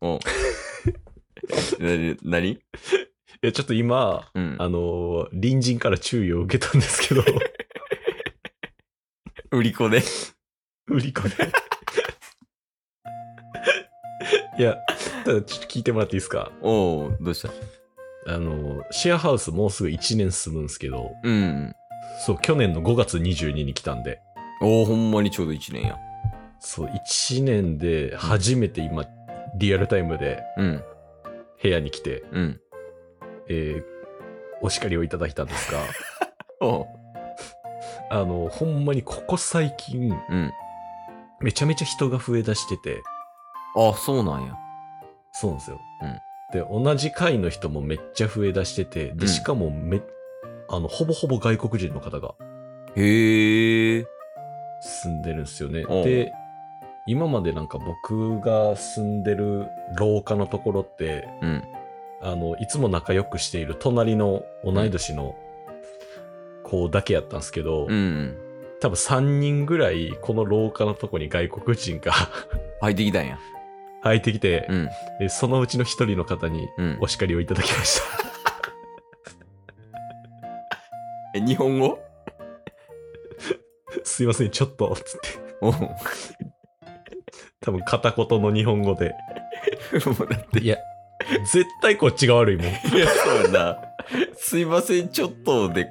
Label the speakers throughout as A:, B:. A: おな何
B: いや、ちょっと今、
A: うん。
B: あのー隣人から注意を受けたんです けど、
A: 売り子で。
B: 売り子で。いや、ただちょっと聞いてもらっていいですか
A: おおどうした
B: あのーシェアハウスもうすぐ1年住むんですけど、
A: うん。
B: そう、去年の5月22に来たんで、
A: おおほんまにちょうど1年や。
B: そう、1年で初めて今、リアルタイムで
A: うん。
B: 部屋に来て、
A: うん。
B: えーお叱りをいただいたんです が、
A: おう
B: あの、ほんまにここ最近、
A: うん。
B: めちゃめちゃ人が増えだしてて、
A: あ、そうなんや。
B: そうなんですよ。で、同じ階の人もめっちゃ増えだしてて、
A: うん
B: で、しかもめ、あの、ほぼほぼ外国人の方が
A: へえ。
B: 住んでるんですよね。
A: おう
B: で、今までなんか僕が住んでる廊下のところって、
A: うん。
B: あの、いつも仲良くしている隣の同い年の子だけやったんですけど、
A: うんうん。
B: 多分3人ぐらいこの廊下のとこに外国人が
A: 入ってきたんや。
B: 入ってきて、
A: うん。
B: でそのうちの一人の方に
A: うん
B: お。叱りをいただきました。
A: え、日本語
B: すいません、ちょっと、つって。
A: おうも
B: 多分片言の日本語で。
A: うだって。
B: いや、絶対こっちが悪いもん。
A: いや、そうやな。すいません、ちょっとで、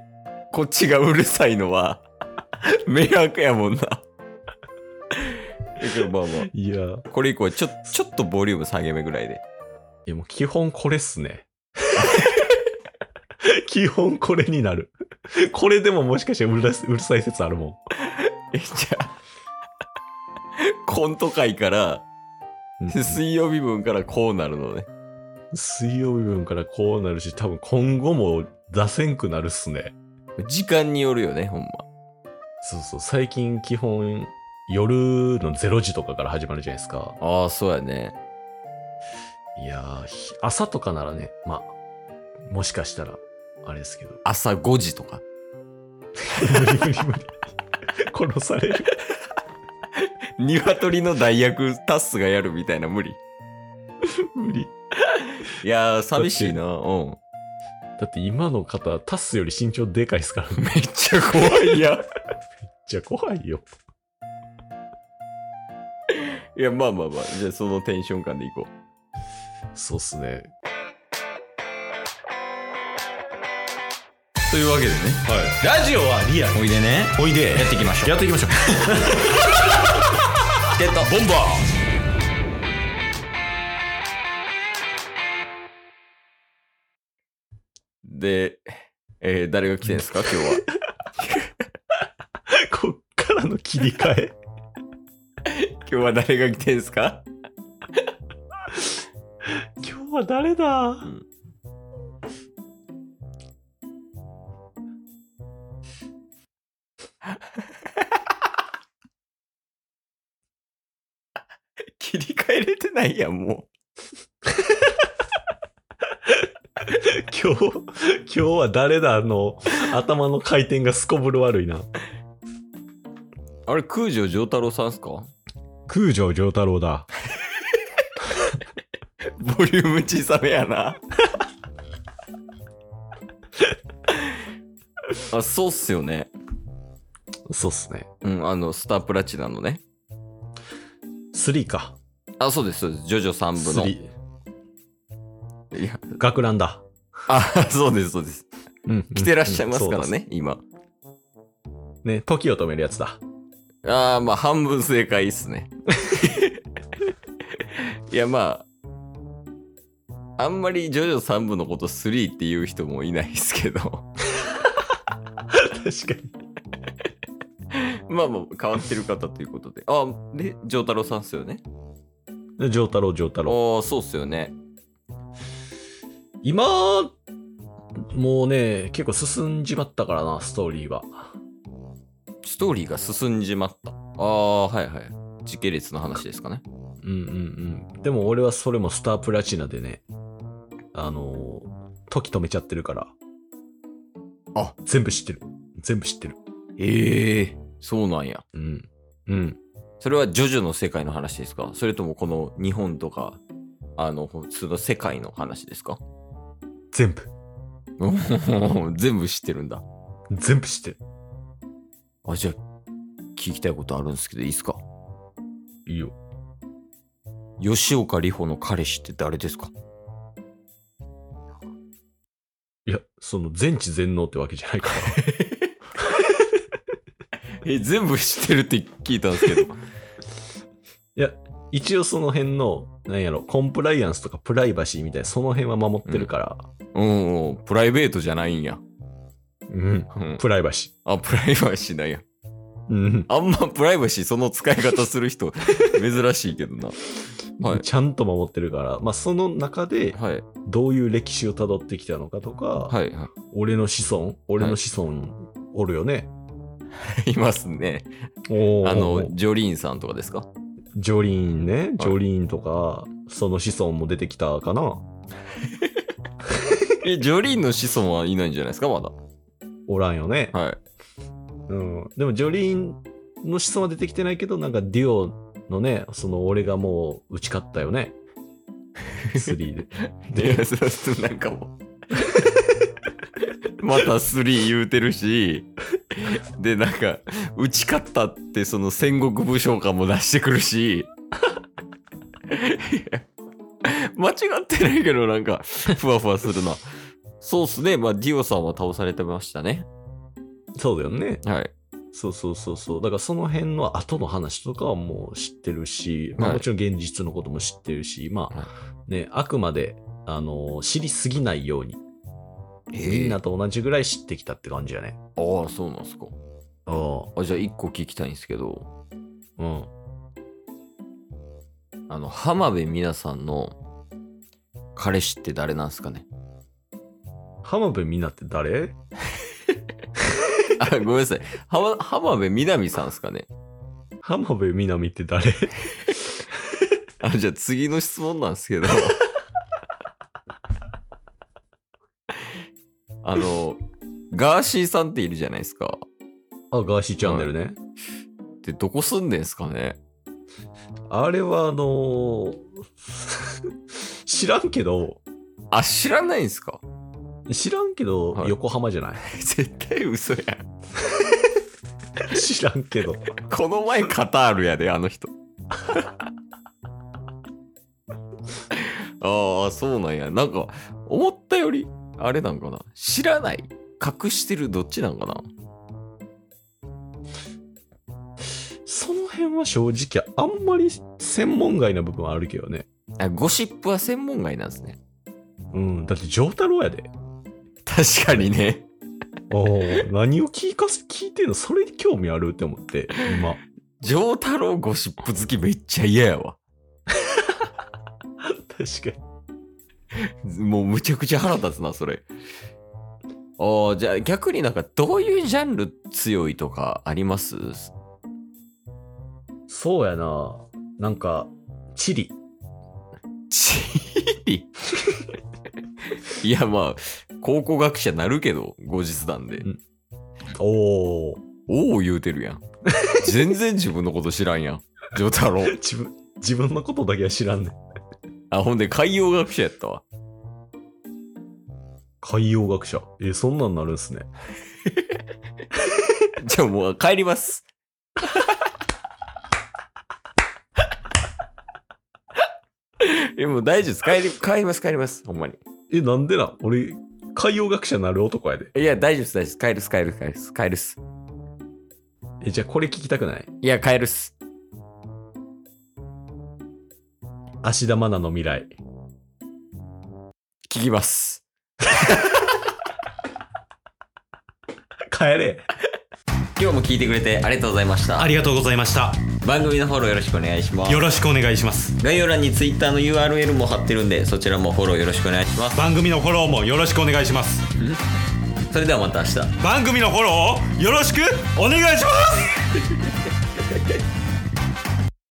A: こっちがうるさいのは、迷惑やもんな。えけどまあま
B: いや、い
A: あ、これ以降はちょ、ちょっとボリューム下げ目ぐらいで。
B: やもう基本これっすね。 基本これになる。これでももしかしてうるさいうるさい説あるもん。
A: え、じゃあ、 コント会から、
B: うん
A: 水曜日分からこうなるのね。
B: 水曜日分からこうなるし、多分今後も出せんくなるっすね。
A: 時間によるよね、ほんま。
B: そうそう、最近基本夜の0時とかから始まるじゃないですか。
A: ああ、そうやね。
B: いやー、ひ朝とかならね、まあ、もしかしたら、あれですけど。
A: 朝5時とか。
B: 無理無理無理。殺される。
A: 鶏の代役タスがやるみたいな無理。
B: 無理。
A: いやー、寂しいな。うん。
B: だって今の方、タスより身長でかいですから。めっ
A: めっちゃ怖いやん。
B: ちゃ怖いよ。
A: いや、まあまあまあ、じゃあそのテンション感でいこ
B: そうっすね。
A: う。というわけでね、
B: はい。ラジオはリア
A: おいでね、
B: おいで。
A: やっていきましょう。
B: やっていきましょう。
A: ゲットボンバーで、えー、誰が来てんすか今日 は。
B: こっからの切り替え。
A: 今日は誰が来てんすか
B: 今日は誰だ、
A: ん切り替えれてないやん、も
B: 今日、今日は誰だの頭の回転がすこぶる悪いな。
A: う。あれ、空城城太郎さんっすか
B: 空城城太郎だ。
A: ボリューム小さめやな。 あそうっすよね。
B: そうっすね。
A: うん、あの、スタープラチナのね。
B: 3か。
A: あ、そうです、そうです。ジョジョ3部の。い
B: 3。
A: や、
B: 学ランだ。
A: あ、そうです、そうです。
B: うん。
A: 来てらっしゃいますか
B: うん
A: ら。ね、今。
B: そうですね、時を止めるやつだ。
A: ああ、まあ、半分正解っす ね。いや、まあ、あんまりジョジョ3部のこと3っていう人もいないですけど、
B: 確かに。
A: まあまあ、変わってる方ということで。あ、で、ジョータロウさんっすよね。
B: 城太郎、城太
A: あ
B: 郎。
A: あ、そうっすよね。
B: 今、もうね、結構進んじまったからな、ストーリーは。
A: ストーリーが進んじまった。ああ、はいはい。時系列の話ですかね。
B: うんうんうん。でも俺はそれもスタープラチナでね、あのー時止めちゃってるから。
A: あ
B: 全部知ってる。全部知ってる。
A: ええそうなんや。
B: うん。うん。
A: それはジョジョの世界の話ですかそれともこの日本とかあの、普通の世界の話ですか
B: 全部、
A: 全部知ってるんだ。
B: 全部知ってる。
A: あ、じゃあ、聞きたいことあるんですけど、いいですか
B: いいよ。
A: 吉岡里帆の彼氏って誰ですか
B: いや、その全知全能ってわけじゃな いから。
A: え、全部知ってるって聞いたんですけ ど。
B: 一応その辺の、なんやろ、コンプライアンスとかプライバシーみたいな、その辺は守ってるから。
A: うんうん、プライベートじゃないんや。
B: うん。
A: うん、
B: プライバシ
A: あ、プライバシーなんや。
B: ー。うん。
A: あんまプライバシーその使い方する人、 珍しいけどな。はい
B: ちゃんと守ってるから、まあその中で、
A: はい、
B: どういう歴史をたどってきたのかとか、
A: はい、は
B: 俺の子孫、俺の子孫、おるよね。
A: い。いますね。
B: おー
A: あの、ジョリーンさんとかですか
B: ジョリーンね、ジョリーンとか、その子孫も出てきたかな。
A: え、ジョリーンの子孫はいないんじゃないですか、まだ。
B: おらんよね。
A: はい。
B: うん。でも、ジョリーンの子孫は出てきてないけど、なんかデュオのね、その俺がもう打ち勝った よね。3
A: い
B: で。
A: や
B: で、
A: そうそうなんかもう また3言うてるしでなんか打ち勝ったってその戦国武将感も出してくるしいや間違ってないけどなんかふわふわするなそうっすねまあディオさんは倒されてましたね
B: そうだよね。
A: はい
B: そうそうそうそう。だからその辺の後の話とかはもう知ってるし、まあ
A: はい
B: もちろん現実のことも知ってるし、ま
A: は
B: あね、あくまで、あの、知りすぎないように、み
A: み
B: ん
A: んな
B: な
A: あ
B: と同じぐらい知ってきたって感じやね。
A: あーそうなんすか
B: うん。
A: あじゃあ1個聞きたいんですけど
B: うん。
A: あの浜辺美奈さんの彼氏って誰なんすかね
B: 浜辺美奈って誰
A: あ、ごめんなさい。浜浜辺美波さんですかね。
B: 浜辺美波っ て誰
A: あ、じゃあ次の質問なんですけど。あの、ガーシーさんっているじゃないですか。
B: あ、ガーシーチャンネルね。
A: で、どこ住んでんすかね
B: あれはあのー 知らんけど、
A: あ、知らないんすか
B: 知らんけど、
A: はい
B: 横浜じゃな
A: 絶対嘘やん。
B: い 知らんけど。
A: この前カタールやで、あの人。ああ、そうなんや。なんか、思ったより、あれなんかな。知らない。隠してるどっちなんかな
B: その辺は正直、あんまり専門外な部分はあるけどね。
A: あゴシップは専門外なんですね。
B: うん、だって、丈太郎やで。
A: 確かにね。
B: おー 何を聞かす、聞いてんのそれに興味あるって思って、今。
A: 丈太郎ゴシップ好きめっちゃ嫌やわ。
B: 確かに。
A: もうむちゃくちゃ腹立つな、それ。ああ、じゃあ逆になんかどういうジャンル強いとかあります
B: そうやな。なんか、チリ。
A: チリいやまあ、考古学者なるけど、後日談で
B: うん。おお。
A: おお言うてるやん。全然自分のこと知らんやん。丈太郎。
B: 自分、自分のことだけは知らんねん。
A: あ、ほんで海洋学者やったわ。
B: 海洋学者。えーそんなんなるんすね。
A: じゃあもう帰ります。 え、もう大丈夫です。帰り、帰ります、帰ります。ほんまに。
B: え、なんでなん俺、海洋学者なる男やで。
A: いや、大丈夫です、大丈夫です。帰るっす、帰るっす、帰るっす。帰るっす。
B: え、じゃあこれ聞きたくない
A: いや、帰るっす。
B: 芦田愛菜の未来。
A: 聞きます。
B: 帰れ。
A: 今日も聞いてくれてありがとうございました。
C: ありがとうございました。
A: 番組のフォローよろしくお願いします
C: よ。ろしくお願いします。
A: 概要欄に Twitter の URL も貼ってるんで、そちらもフォローよろしくお願いします。
C: 番組のフォローもよろしくお願いします。
A: それではまた明日。
C: 番組のフォローをよろしくお願いします